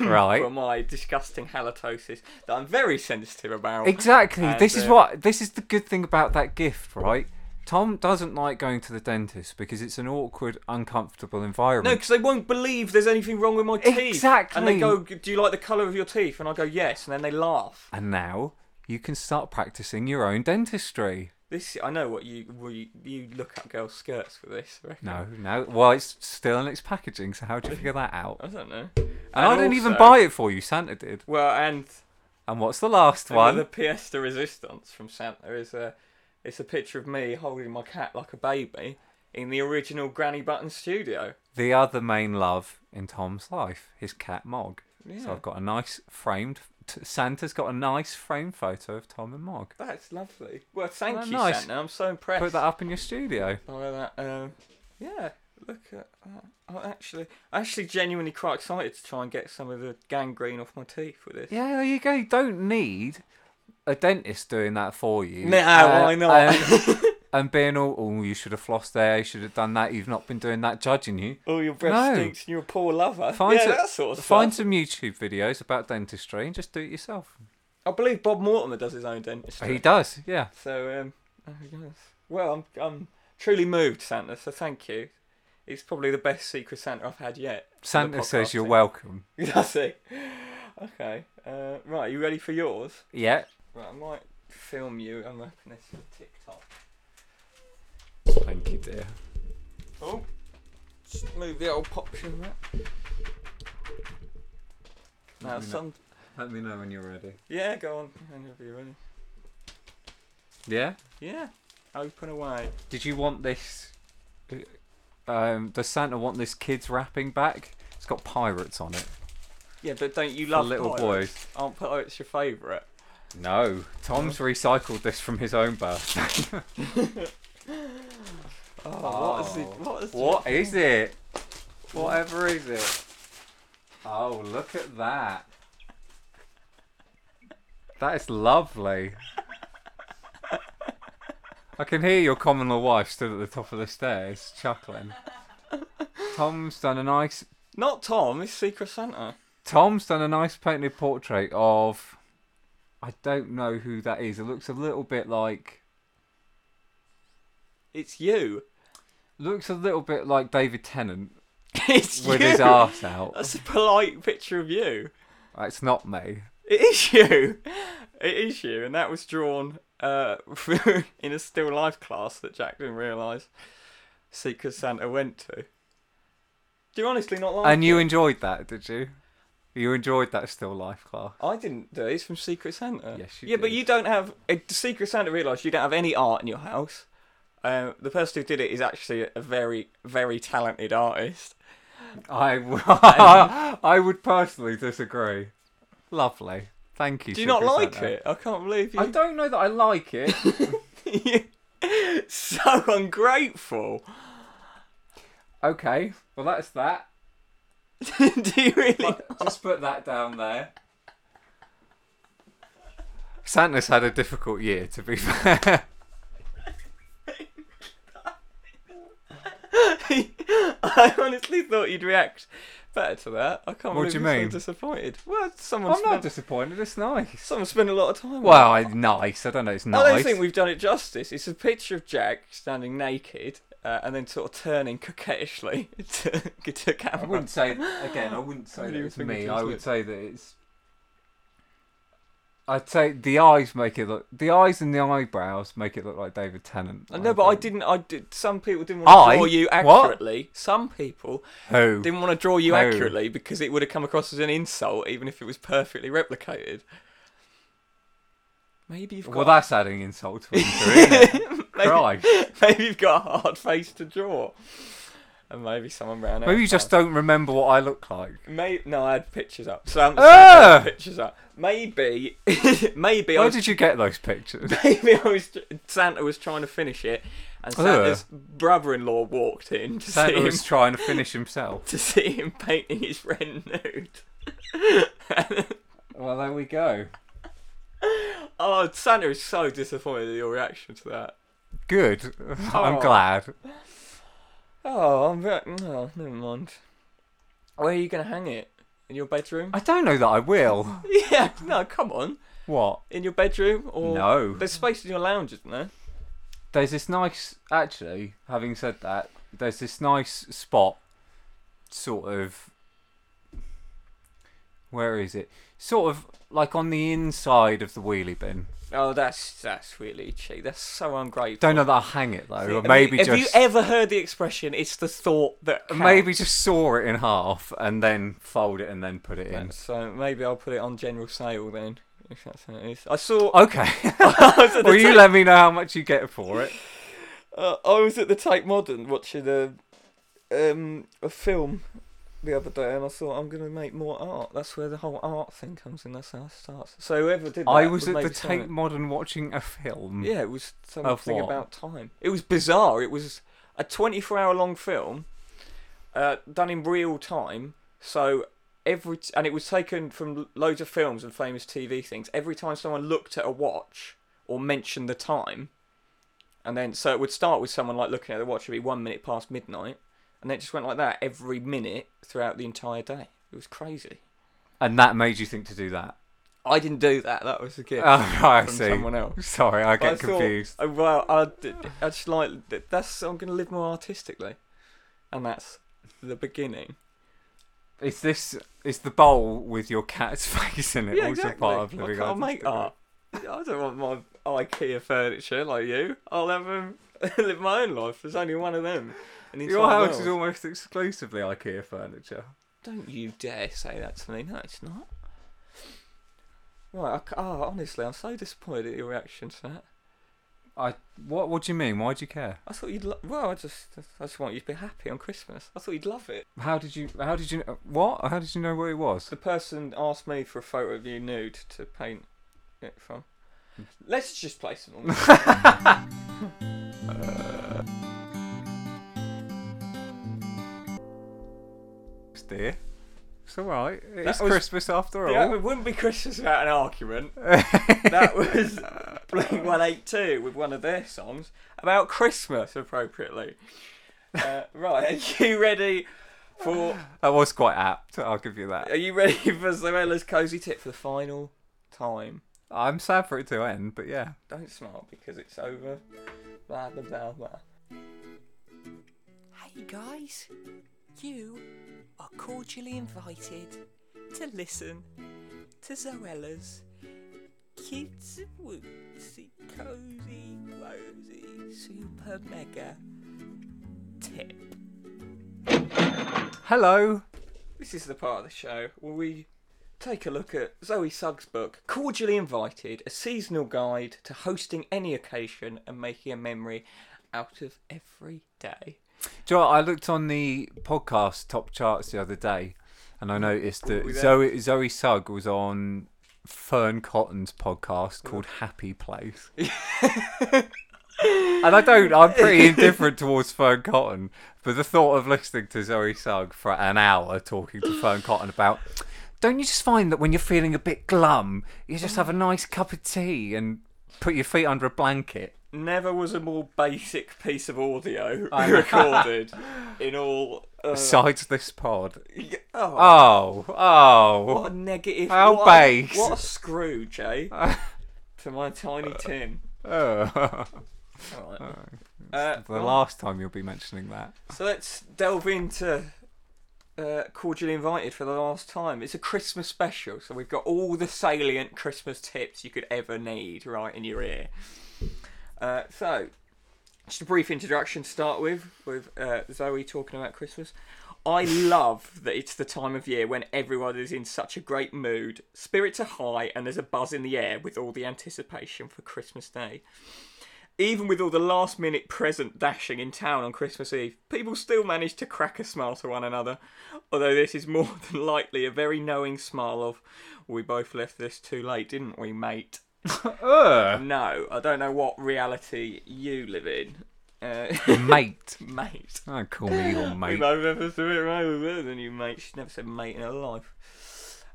D: Right.
A: For my disgusting halitosis that I'm very sensitive about.
D: Exactly.
A: And,
D: this is
A: uh,
D: what this is the good thing about that gift, right? Tom doesn't like going to the dentist because it's an awkward, uncomfortable
A: No,
D: environment.
A: because they won't believe there's anything wrong with my teeth. And
D: Exactly.
A: they go, "Do you like the colour of your teeth?" And I go, "Yes." And then they laugh.
D: and now you can start practicing your own dentistry.
A: This I know what you well, you, you look at girls' skirts for this. I reckon.
D: No, no. Well, it's still in its packaging, so how do you figure that out?
A: I don't know.
D: And, I didn't even
A: also-
D: buy it for you. Santa did.
A: Well, and
D: And what's the last
A: one the
D: one?
A: pièce de resistance from Santa is a it's a picture of me holding my cat like a baby in the original Granny Button studio.
D: The other main love in Tom's life, his cat Mog. So
A: Yeah.
D: I've got a nice framed. T- Santa's got a nice frame photo of Tom and Mog.
A: That's lovely. Well, thank
D: Oh,
A: you,
D: nice.
A: Santa. I'm so impressed.
D: Put that up in your studio.
A: by that. Um, yeah, look at that. I'm actually, actually genuinely quite excited to try and get some of the gangrene off my teeth with this.
D: Yeah, there you go. You don't need a dentist doing that for you. Uh,
A: No, why not? <laughs>
D: And, and being all, oh, you should have flossed there, you should have done that, you've not been doing that, judging you.
A: Oh, your breath
D: No.
A: stinks and you're a poor lover.
D: Find,
A: yeah,
D: some,
A: that sort of
D: find
A: stuff.
D: some YouTube videos about dentistry and just do it yourself.
A: I believe Bob Mortimer does his own dentistry.
D: He does, yeah.
A: So, um, oh, yes. well, I'm, I'm truly moved, Santa, so thank you. It's probably the best Secret Santa I've had yet. for the
D: Santa says you're
A: podcasting. <laughs>
D: welcome.
A: That's it. Okay. Uh, right, you ready for yours?
D: Yeah.
A: Right, I might film you unwrapping this for TikTok.
D: Thank you, dear.
A: Oh, just move the old popcorn wrap. Now,
D: Let me know-
A: some.
D: Let me know when you're ready.
A: Yeah, go on. Whenever you're ready.
D: Yeah?
A: Yeah, open away.
D: Did you want this? Um, does Santa want this kids wrapping back? It's got pirates on it.
A: Yeah, but don't you
D: For
A: love
D: little
A: pirates? Aren't pirates your favourite?
D: No, Tom's recycled this from his own <laughs> birthday.
A: Oh, what is the. What is the.
D: what is it? Whatever is it? Oh, look at that. That is lovely. I can hear your common law wife stood at the top of the stairs <laughs> chuckling. Tom's done a nice
A: Not Tom, it's Secret Santa.
D: Tom's done a nice painted portrait of. I don't know who that is. It looks a little bit like.
A: It's you.
D: Looks a little bit like David Tennant.
A: <laughs> it's
D: with
A: you. <laughs>
D: his arse out.
A: That's a polite picture of you.
D: It's not me.
A: It is <laughs> you. It is you, and that was drawn uh, <laughs> in a still life class that Jack didn't realise Secret Santa went to. Do you honestly not like?
D: And you enjoyed that, did you? You enjoyed that still life class.
A: I didn't do it. It's from Secret Santa.
D: Yes, you
A: Yeah, but
D: did.
A: you don't have. uh, Secret Santa realised you don't have any art in your house. Um, the person who did it is actually a very, very talented artist.
D: <laughs> I, w- I would personally disagree. Lovely. Thank you.
A: Do you not
D: Secret
A: like
D: Santa.
A: it? I can't believe you.
D: I don't know that I like it.
A: <laughs>
D: <laughs>
A: so ungrateful. <laughs>
D: okay, well that's that.
A: do you really?
D: But <laughs> Just put that down there. Santa's had a difficult year, to be <laughs> fair.
A: <laughs> I honestly thought you'd react better to that. I can't
D: What
A: believe
D: do you
A: you're
D: mean?
A: so disappointed. Well, someone
D: I'm not
A: spent,
D: disappointed. It's nice.
A: someone spent a lot of time. on
D: Well, I- nice. I don't know. It's
A: it.
D: nice.
A: I don't think we've done it justice. It's a picture of Jack standing naked uh, and then sort of turning <laughs> coquettishly to, to camera.
D: I wouldn't say again. I wouldn't say
A: What
D: that
A: do you
D: it's
A: think it
D: me.
A: is,
D: I would
A: Luke?
D: say that it's. I'd say the eyes make it look. The eyes and the eyebrows make it look like David Tennant.
A: no, but I
D: think.
A: didn't. I did. Some people didn't want
D: I?
A: to draw you
D: What?
A: accurately. Some people
D: Who?
A: didn't want to draw you
D: No.
A: accurately because it would have come across as an insult, even if it was perfectly replicated. Maybe you've got
D: Well, that's adding insult to injury. isn't
A: <laughs>
D: it?
A: Maybe-
D: Christ.
A: Maybe you've got a hard face to draw. And maybe someone ran out.
D: Maybe you
A: of
D: just
A: time.
D: don't remember what I look like.
A: May- no, I had pictures up. So I haven't
D: Ah!
A: saved those pictures up. Maybe, <laughs> maybe I
D: Where
A: was,
D: did you get those pictures?
A: <laughs> maybe I was. Santa was trying to finish it, and
D: Ugh.
A: Santa's brother-in-law walked in to see
D: Oh. Santa
A: him <laughs>
D: was trying to finish himself.
A: to see him painting his friend nude. <laughs>
D: Well, there we go.
A: oh, Santa is so disappointed at your reaction to that.
D: Good. I'm
A: Oh.
D: glad.
A: Oh, I'm very. No, never mind. Where are you going to hang it? In your bedroom?
D: I don't know that I will.
A: <laughs> Yeah, no, come on.
D: What?
A: In your bedroom or
D: No.
A: There's space in your lounge, isn't there?
D: there's this nice actually having said that there's this nice spot sort of where is it sort of like on the inside of the wheelie bin
A: Oh, that's that's really cheap. That's so ungrateful.
D: don't know that i'll hang it though or
A: Have
D: maybe
A: you, have
D: just
A: you ever heard the expression? It's the thought that counts.
D: maybe just saw it in half and then fold it and then put it in
A: So maybe I'll put it on general sale then. If that's how it is. I saw.
D: okay
A: <laughs> I was at the
D: will you
A: Tate-
D: let me know how much you get for it
A: uh, I was at the Tate Modern watching a um a film the other day, and I thought I'm gonna make more art. That's where the whole art thing comes in. That's how it starts. So whoever did that
D: i was
A: would
D: at the
A: maybe sell it.
D: tate modern watching a film
A: Yeah, it was something
D: what?
A: about time. It was bizarre. It was a 24 hour long film uh, done in real time. So every t- and it was taken from loads of films and famous TV things. Every time someone looked at a watch or mentioned the time, and then so it would start with someone like looking at the watch. It'd be one minute past midnight, and then it just went like that every minute throughout the entire day. It was crazy.
D: and that made you think to do that
A: I didn't do that. That was a gift
D: <laughs> oh right, i
A: from
D: see
A: someone else.
D: sorry i get
A: I thought-
D: confused
A: uh, well, I, d- I just like th- that's. I'm going to live more artistically, and that's the beginning.
D: Is this is the bowl with your cat's <laughs> face in it
A: yeah,
D: also
A: exactly.
D: part of
A: I
D: living
A: can't make
D: artistically?
A: art. I don't want my IKEA furniture like you. I'll have um, <laughs> live my own life. There's only one of them. in the
D: Your
A: entire
D: house is
A: world.
D: almost exclusively IKEA furniture.
A: Don't you dare say that to me. No, it's not. Right. I c oh, honestly, I'm so disappointed at your reaction to that.
D: I what what do you mean? Why do you care?
A: I thought you'd. Lo- well, I just, I just want you to be happy on Christmas. I thought you'd love it.
D: How did you how did you kn- what? How did you know what it was?
A: The person asked me for a photo of you nude to paint it from. Let's just play some. more music.
D: It's dear. It's all right. It's
A: That was-
D: Christmas after all.
A: yeah, it wouldn't be Christmas without an argument. that was Blink One Eight Two with one of their songs about Christmas, appropriately. Uh, right, are you ready for?
D: That was quite apt. I'll give you that.
A: Are you ready for Zoella's cozy tip for the final time?
D: I'm sad for it to end, but yeah.
A: Don't smile because it's over. Blah blah blah blah. Hey guys,
E: You are cordially invited to listen to Zoella's Kids Wootsy Cozy Rosy Super Mega Tip.
D: Hello.
A: This is the part of the show where we take a look at Zoe Sugg's book, Cordially Invited, a seasonal guide to hosting any occasion and making a memory out of every day.
D: Do you know what, I looked on the podcast top charts the other day, and I noticed that
A: We there?
D: Zoe Zoe Sugg was on Fern Cotton's podcast called
A: <laughs>
D: Happy Place. and I don't. I'm pretty indifferent towards Fern Cotton, but the thought of listening to Zoe Sugg for an hour talking to Fern Cotton about. Don't you just find that when you're feeling a bit glum, you just have a nice cup of tea and put your feet under a blanket?
A: Never was a more basic piece of audio <laughs> recorded in all. Uh,
D: Besides this pod.
A: y- oh,
D: Oh, oh.
A: what a negative.
D: How
A: what a-
D: base.
A: what a screw, <laughs> Jay, to my tiny Tim.
D: Oh. <laughs>
A: Alright. Uh,
D: the last time you'll be mentioning that.
A: So let's delve into uh, Cordially Invited for the last time. It's a Christmas special, so we've got all the salient Christmas tips you could ever need right in your ear. Uh, so, just a brief introduction to start with, with uh, Zoe talking about Christmas. I love that it's the time of year when everyone is in such a great mood, spirits are high, and there's a buzz in the air with all the anticipation for Christmas Day even with all the last minute present dashing in town on Christmas Eve, people still manage to crack a smile to one another. Although this is more <laughs> than likely a very knowing smile of, we both left this too late, didn't we, mate? No, I don't know what reality you live in. Uh,
D: <laughs>
A: <laughs>
D: mate.
A: mate.
D: Don't call me <laughs> your
A: We
D: mate.
A: both have a bit right better than you, mate. She's never said mate in her life.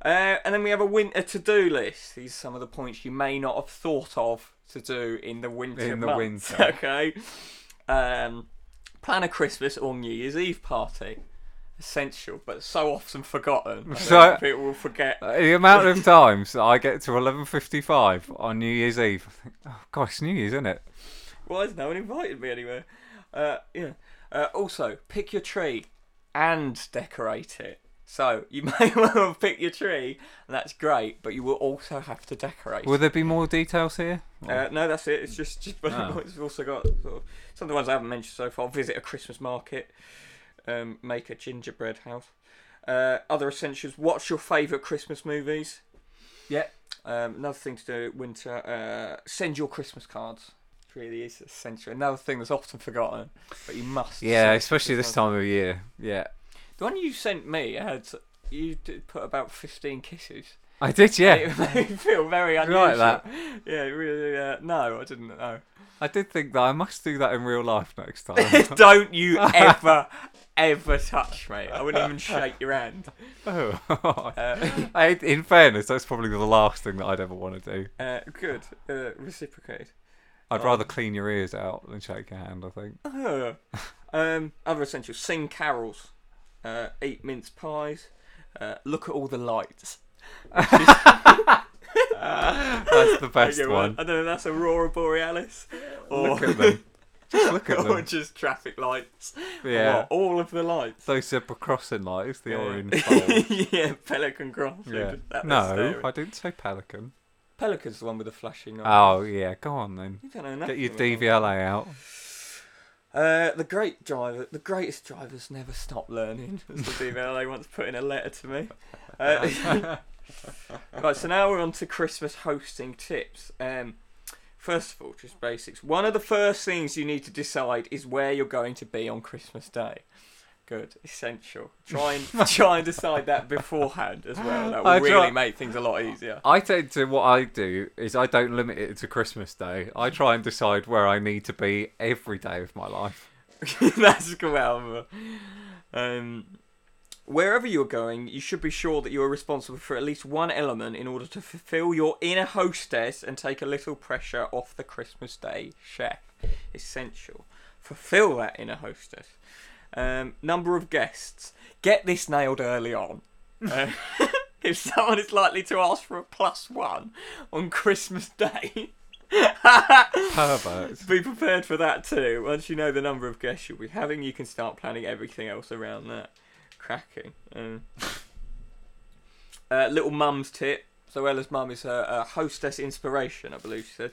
A: Uh, and then we have a winter to-do list. These are some of the points you may not have thought of to do in the winter
D: In the
A: months,
D: winter.
A: <laughs> Okay. Um, plan a Christmas or New Year's Eve party. Essential, but so often forgotten. I
D: So- uh,
A: think people will forget.
D: The amount of times that I get to 11.55 on New Year's Eve, I think, oh, gosh, New Year's, isn't it?
A: Why has no one invited me anywhere? Uh, yeah. Uh, also, pick your tree and decorate it. So you <laughs> may well pick your tree, and that's great, but you will also have to decorate.
D: Will there be more details here?
A: Uh, no, that's it. It's just, just
D: Oh.
A: it's also got sort of, some of the ones I haven't mentioned so far. Visit a Christmas market, um, make a gingerbread house. Uh, other essentials: watch your favourite Christmas movies.
D: Yeah.
A: Um, another thing to do at winter: uh, send your Christmas cards. It really is essential. Another thing that's often forgotten, but you must.
D: Yeah,
A: send
D: especially this
A: Christmas
D: time of year. Yeah.
A: cards. The one you sent me had you did put about fifteen kisses. <laughs>
D: I did, yeah.
A: It made me feel very unusual.
D: like that.
A: Yeah, it really. Uh, no, <laughs> I didn't know.
D: I did think that I must do that in real life next <laughs> time.
A: Don't you ever, ever touch me. I wouldn't even shake your hand.
D: oh. <laughs>
A: Uh,
D: I, in fairness, that's probably the last thing that I'd ever want to do.
A: uh, good. Uh, reciprocate.
D: I'd rather clean your ears out than shake your hand, I think.
A: Uh, um, other essentials sing carols, uh, eat mince pies, uh, look at all the lights.
D: That's <laughs> the best
A: Okay, well,
D: one.
A: I don't know, that's Aurora Borealis. Or,
D: Look <laughs> at them. Just look
A: <laughs>
D: at
A: or
D: them.
A: just traffic lights.
D: Yeah.
A: Or all of the lights.
D: Those zebra crossing lights, the
A: Yeah. <laughs>
D: orange bowl.
A: yeah, Pelican Crossing.
D: yeah.
A: That was
D: No,
A: scary.
D: I didn't say pelican.
A: Pelican's the one with the flashing lights.
D: Oh yeah, go on then.
A: You don't know
D: Get
A: nothing
D: your
A: about
D: DVLA out.
A: Uh, the great driver, the greatest drivers never stop learning. <laughs> As the DVLA once put in a letter to me.
D: <laughs>
A: Uh, right, so now we're on to Christmas hosting tips. Um, first of all, just basics. One of the first things you need to decide is where you're going to be on Christmas Day. Good, essential. Try
D: <laughs>
A: and try and decide that beforehand as well. That will
D: I
A: really
D: try-
A: make things a lot easier.
D: I tend to what I do is I don't limit it to Christmas Day. I try and decide where I need to be every day of
A: <laughs>
D: my life.
A: That's Kamalva. Um, wherever you're going, you should be sure that you are responsible for at least one element in order to fulfill your inner hostess and take a little pressure off the Christmas Day chef. Essential. Fulfill that inner hostess. Um, number of guests. Get this nailed early on. Uh, <laughs> if someone is likely to ask for a plus one on Christmas Day.
D: Pervert.
A: Be prepared for that too. Once you know the number of guests you'll be having, you can start planning everything else around that. cracking. Um, uh, little mum's tip. So Ella's mum is a, a hostess inspiration, I believe she said.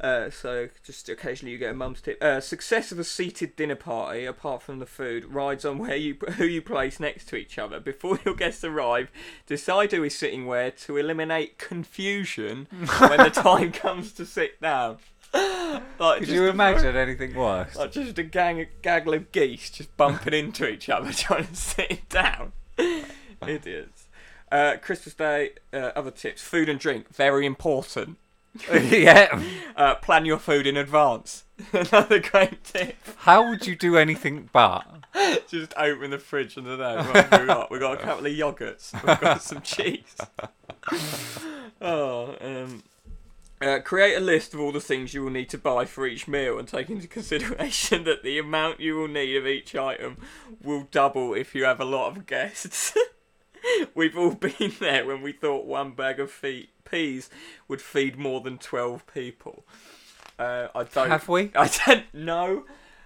A: Uh, so just occasionally you get a mum's tip. Uh, success of a seated dinner party, apart from the food, rides on where you <laughs> who you place next to each other. Before your guests arrive, decide who is sitting where to eliminate confusion when
D: <laughs>
A: the time comes to sit down. <laughs> Like,
D: Could
A: just
D: you
A: a-
D: imagine anything worse? <laughs>
A: like just a gang gaggle of geese just bumping into each other <laughs> trying to sit down. Idiots. Uh, Christmas Day, uh, other tips. Food and drink, very important.
D: yeah.
A: Uh, plan your food in advance. <laughs> Another great tip.
D: How would you do anything but?
A: <laughs> Just open the fridge and then right, we got we got a couple of yogurts. We've got some cheese. <laughs> oh, um, uh, create a list of all the things you will need to buy for each meal and take into consideration that the amount you will need of each item will double if you have a lot of guests. <laughs> We've all been there when we thought one bag of fe- peas would feed more than twelve people. Uh, I don't.
D: Have we?
A: <laughs> I don't know.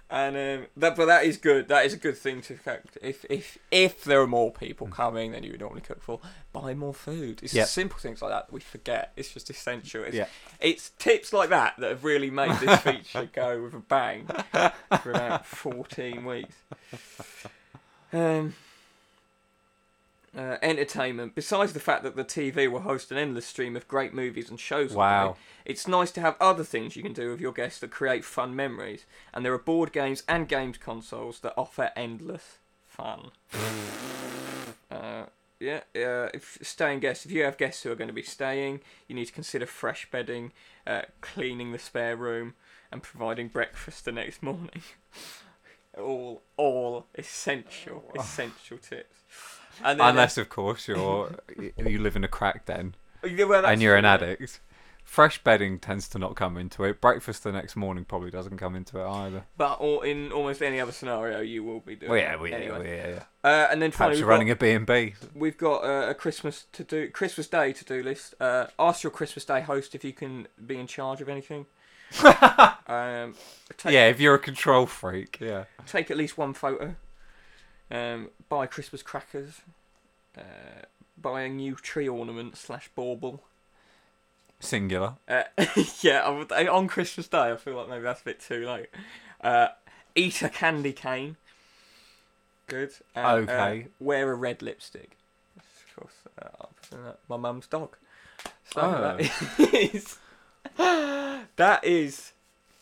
A: And um, that, but that is good. That is a good thing to affect. If if if there are more people coming than you would normally cook for, buy more food. It's
D: Hmm. Yeah.
A: simple things like that that we forget. It's just essential. It's,
D: Yeah.
A: it's tips like that that have really made
D: <laughs>
A: this feature go with a bang for about fourteen weeks. Um. Uh, entertainment. Besides the fact that the TV will host an endless stream of great movies and shows, all
D: Wow.
A: day, it's nice to have other things you can do with your guests that create fun memories. And there are board games and games consoles that offer endless fun. uh, yeah, uh, if staying guests, if you have guests who are going to be staying, you need to consider fresh bedding, uh, cleaning the spare room, and providing breakfast the next morning. <laughs> all, all essential, essential tips. And then-
D: Unless, of course, you're you live in a crack den
A: uh, Yeah, well, <laughs> that's
D: and you're an
A: true.
D: addict. Fresh bedding tends to not come into it. Breakfast the next morning probably doesn't come into it either.
A: But or in almost any other scenario, you will be doing.
D: Well, Oh, yeah,
A: it
D: well, yeah,
A: anyway.
D: well, yeah, yeah.
A: Uh, and then
D: Perhaps
A: finally,
D: you're
A: we've
D: running
A: got,
D: a B&B.
A: we've got uh, a Christmas to do, Christmas Day to do list. Uh, ask your Christmas Day host if you can be in charge of
D: <laughs>
A: anything. um, take,
D: Yeah, if you're a control freak, yeah.
A: take at least one photo. Um, buy Christmas crackers. Uh, buy a new tree ornament slash
D: <coughs>
A: bauble.
D: Singular.
A: Uh, yeah, I would, I- on Christmas Day, I feel like maybe that's a bit too late. Uh, eat a candy cane. Good. And, uh,
D: Okay.
A: wear a red lipstick. Of course, uh, I'll put in that. my mum's dog. So
D: Oh.
A: that is <laughs> that is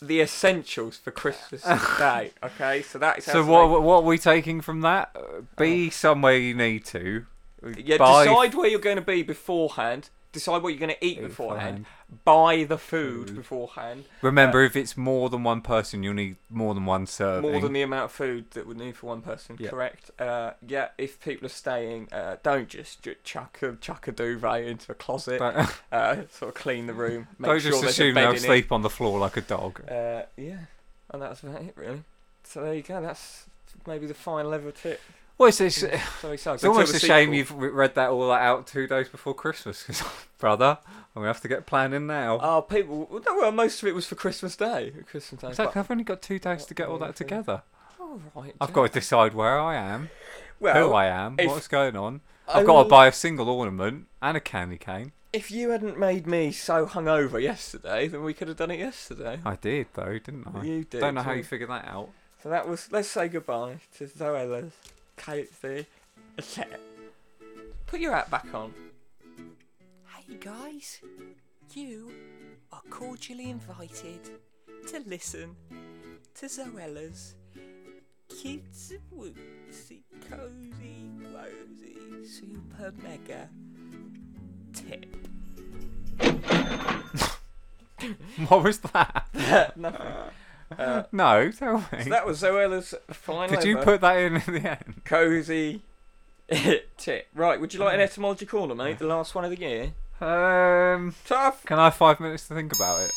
A: the essentials for
D: <laughs>
A: Christmas Day. Okay, so that is how
D: So
A: to
D: what
A: make-
D: what are we taking from that? Uh, Be somewhere you need to.
A: Oh. Yeah,
D: Buy
A: decide where you're going to be beforehand. Decide what you're going to eat beforehand.
D: beforehand.
A: Buy the food beforehand.
D: Remember, if it's more than one person, you'll need more than one serving.
A: more than the amount of food that would need for one person.
D: Yeah.
A: Correct. Uh, yeah, if people are staying, uh, don't just ju- chuck a chuck a duvet into a closet.
D: Don't-
A: uh, sort of clean the
D: <laughs>
A: room. Make
D: Don't
A: sure
D: just
A: there's a
D: assume
A: bed
D: they'll
A: in it.
D: sleep on the floor like a dog.
A: Uh, yeah, and that's about it really. So there you go. That's maybe the final ever tip.
D: Well, it's, it's,
A: So excited.
D: it's almost a shame you've re- read that all out two days before Christmas, 'cause, <laughs> brother, I'm gonna have to get planning now.
A: Oh, people. well, No, well, most of it was for Christmas Day. Christmas Day.
D: exactly, I've only got two days
A: What
D: to get all
A: more
D: that
A: thing?
D: together.
A: but- all right.
D: I've
A: Jack.
D: got to decide where I am,
A: well,
D: who I am,
A: if-
D: what's going on. I've got to
A: Only-
D: buy a single ornament and a candy cane.
A: If you hadn't made me so hungover yesterday, then we could have done it yesterday.
D: I did though, didn't I?
A: You did,
D: Don't know how
A: yeah.
D: you figured that out. <laughs>
A: So that was. Let's say goodbye to Zoella's KFC. Put your hat back on.
E: Hey guys, you are cordially invited to listen to Zoella's Kids Wootsy Cozy Rosy Super Mega Tip.
D: What was that?
A: <laughs> Nothing. Uh,
D: no, tell me.
A: so that was Zoella's final.
D: Did you
A: ever
D: put that in at the end?
A: cozy <laughs> Hmm. tip? Right. Would you like an etymology corner, mate? The last one of the year.
D: Um,
A: Tough.
D: can I have five minutes to think about it?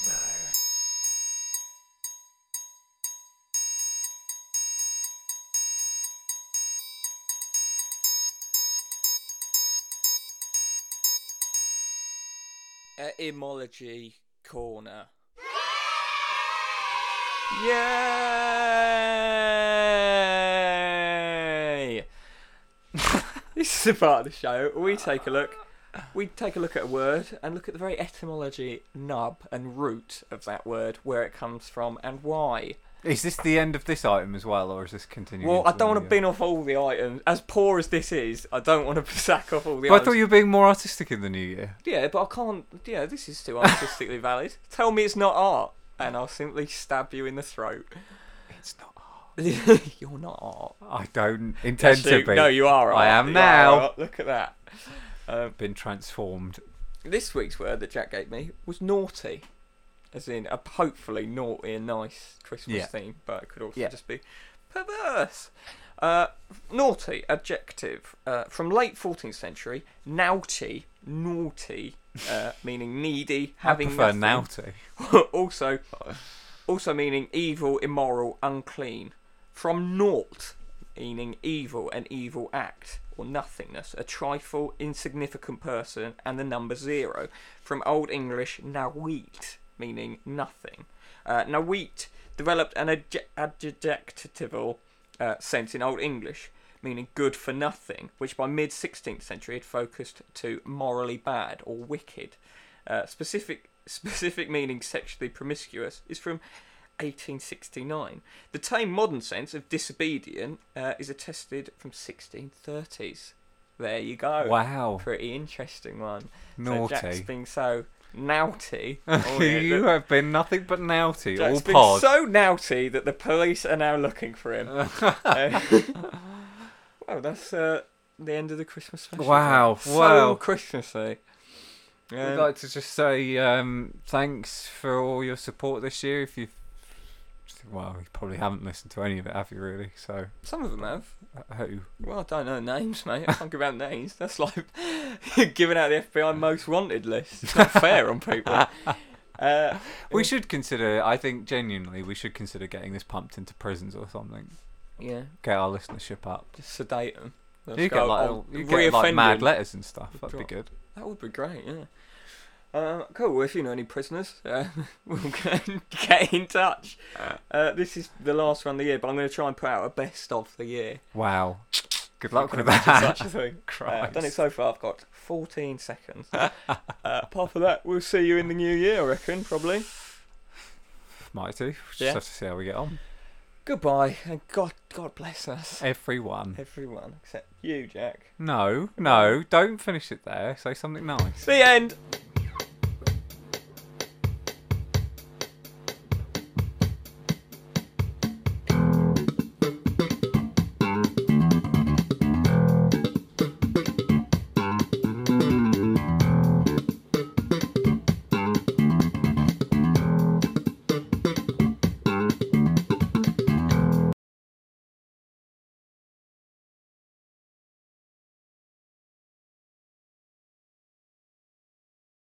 A: Etymology corner. Yay! <laughs> the part of the show. We take a look. We take a look at a word and look at the very etymology, nub, and root of that word, where it comes from and why.
D: Is this the end of this item as well, or is this continuing?
A: Well, I
D: into
A: don't want to
D: the-
A: bin off all the items. As poor as this is, I don't want to <laughs> sack off all the
D: But I
A: items.
D: thought you were being more artistic in the new year.
A: Yeah, but I can't. Yeah, this is too artistically
D: <laughs>
A: valid. Tell me it's not art, and I'll simply stab you in the throat. <laughs>
D: It's not.
A: You're not art.
D: I don't intend
A: Shoot,
D: to be.
A: No, you are.
D: I
A: art.
D: am
A: You are
D: now.
A: art. Look at that. Um,
D: Been transformed.
A: this week's word that Jack gave me was naughty, as in a hopefully naughty and nice Christmas
D: Yeah.
A: theme, but it could also
D: Yeah.
A: just be perverse. Uh, naughty adjective uh, from late 14th century. Naughty, naughty, uh, meaning needy, having
D: I prefer
A: nothing.
D: naughty.
A: <laughs> also, also meaning evil, immoral, unclean. From naught, meaning evil, an evil act, or nothingness, a trifle, insignificant person, and the number zero. From Old English, nawit, meaning nothing. Uh, nawit developed an adje- adjectival uh, sense in Old English, meaning good for nothing, which by mid 16th century had focused to morally bad or wicked. Uh, specific <laughs> specific meaning sexually promiscuous is from 1869. The tame modern sense of disobedient uh, is attested from 1630s. There you go.
D: Wow.
A: Pretty interesting one.
D: Naughty.
A: So Jack's been so
D: <laughs>
A: naughty. <laughs> all year
D: you
A: that-
D: have been nothing but naughty all
A: Jack's been
D: pod.
A: so naughty that the police are now looking for him.
D: <laughs>
A: <laughs> Uh, well, that's uh, the end of the Christmas special.
D: Wow,
A: Jack. So
D: wow.
A: Christmassy.
D: We'd
A: Um,
D: like to just say um, thanks for all your support this year. If you've well, you probably haven't listened to any of it, have you? Really? So
A: some of them have.
D: uh, who?
A: Well, I don't know names, mate. I can't give out names. That's like <laughs> giving out the FBI most wanted list. It's not fair on
D: <laughs>
A: people. Uh,
D: We
A: Yeah.
D: should consider. I think genuinely, we should consider getting this pumped into prisons or something.
A: yeah,
D: Get our listenership up.
A: just sedate them.
D: you get like you get like mad letters and stuff. That'd be
A: Oh, Drop.
D: good.
A: That would be great, yeah. Uh, cool. Well, if you know any prisoners, <laughs> uh, we'll get get in touch. Uh, this is the last one of the year, but I'm going to try and put out a best of the year.
D: Wow. Good luck
A: Can
D: with
A: imagine
D: that.
A: Such a thing. Uh, I've
D: <laughs> Christ.
A: done it so far. I've got 14 seconds.
D: <laughs>
A: uh, apart from that, we'll see you in the new year, I reckon, probably.
D: Might do. We'll just
A: Yeah.
D: have to see how we get on.
A: Goodbye, and God, God bless us,
D: Everyone.
A: everyone except you, Jack.
D: No, no, don't finish it there. Say something nice.
A: The end.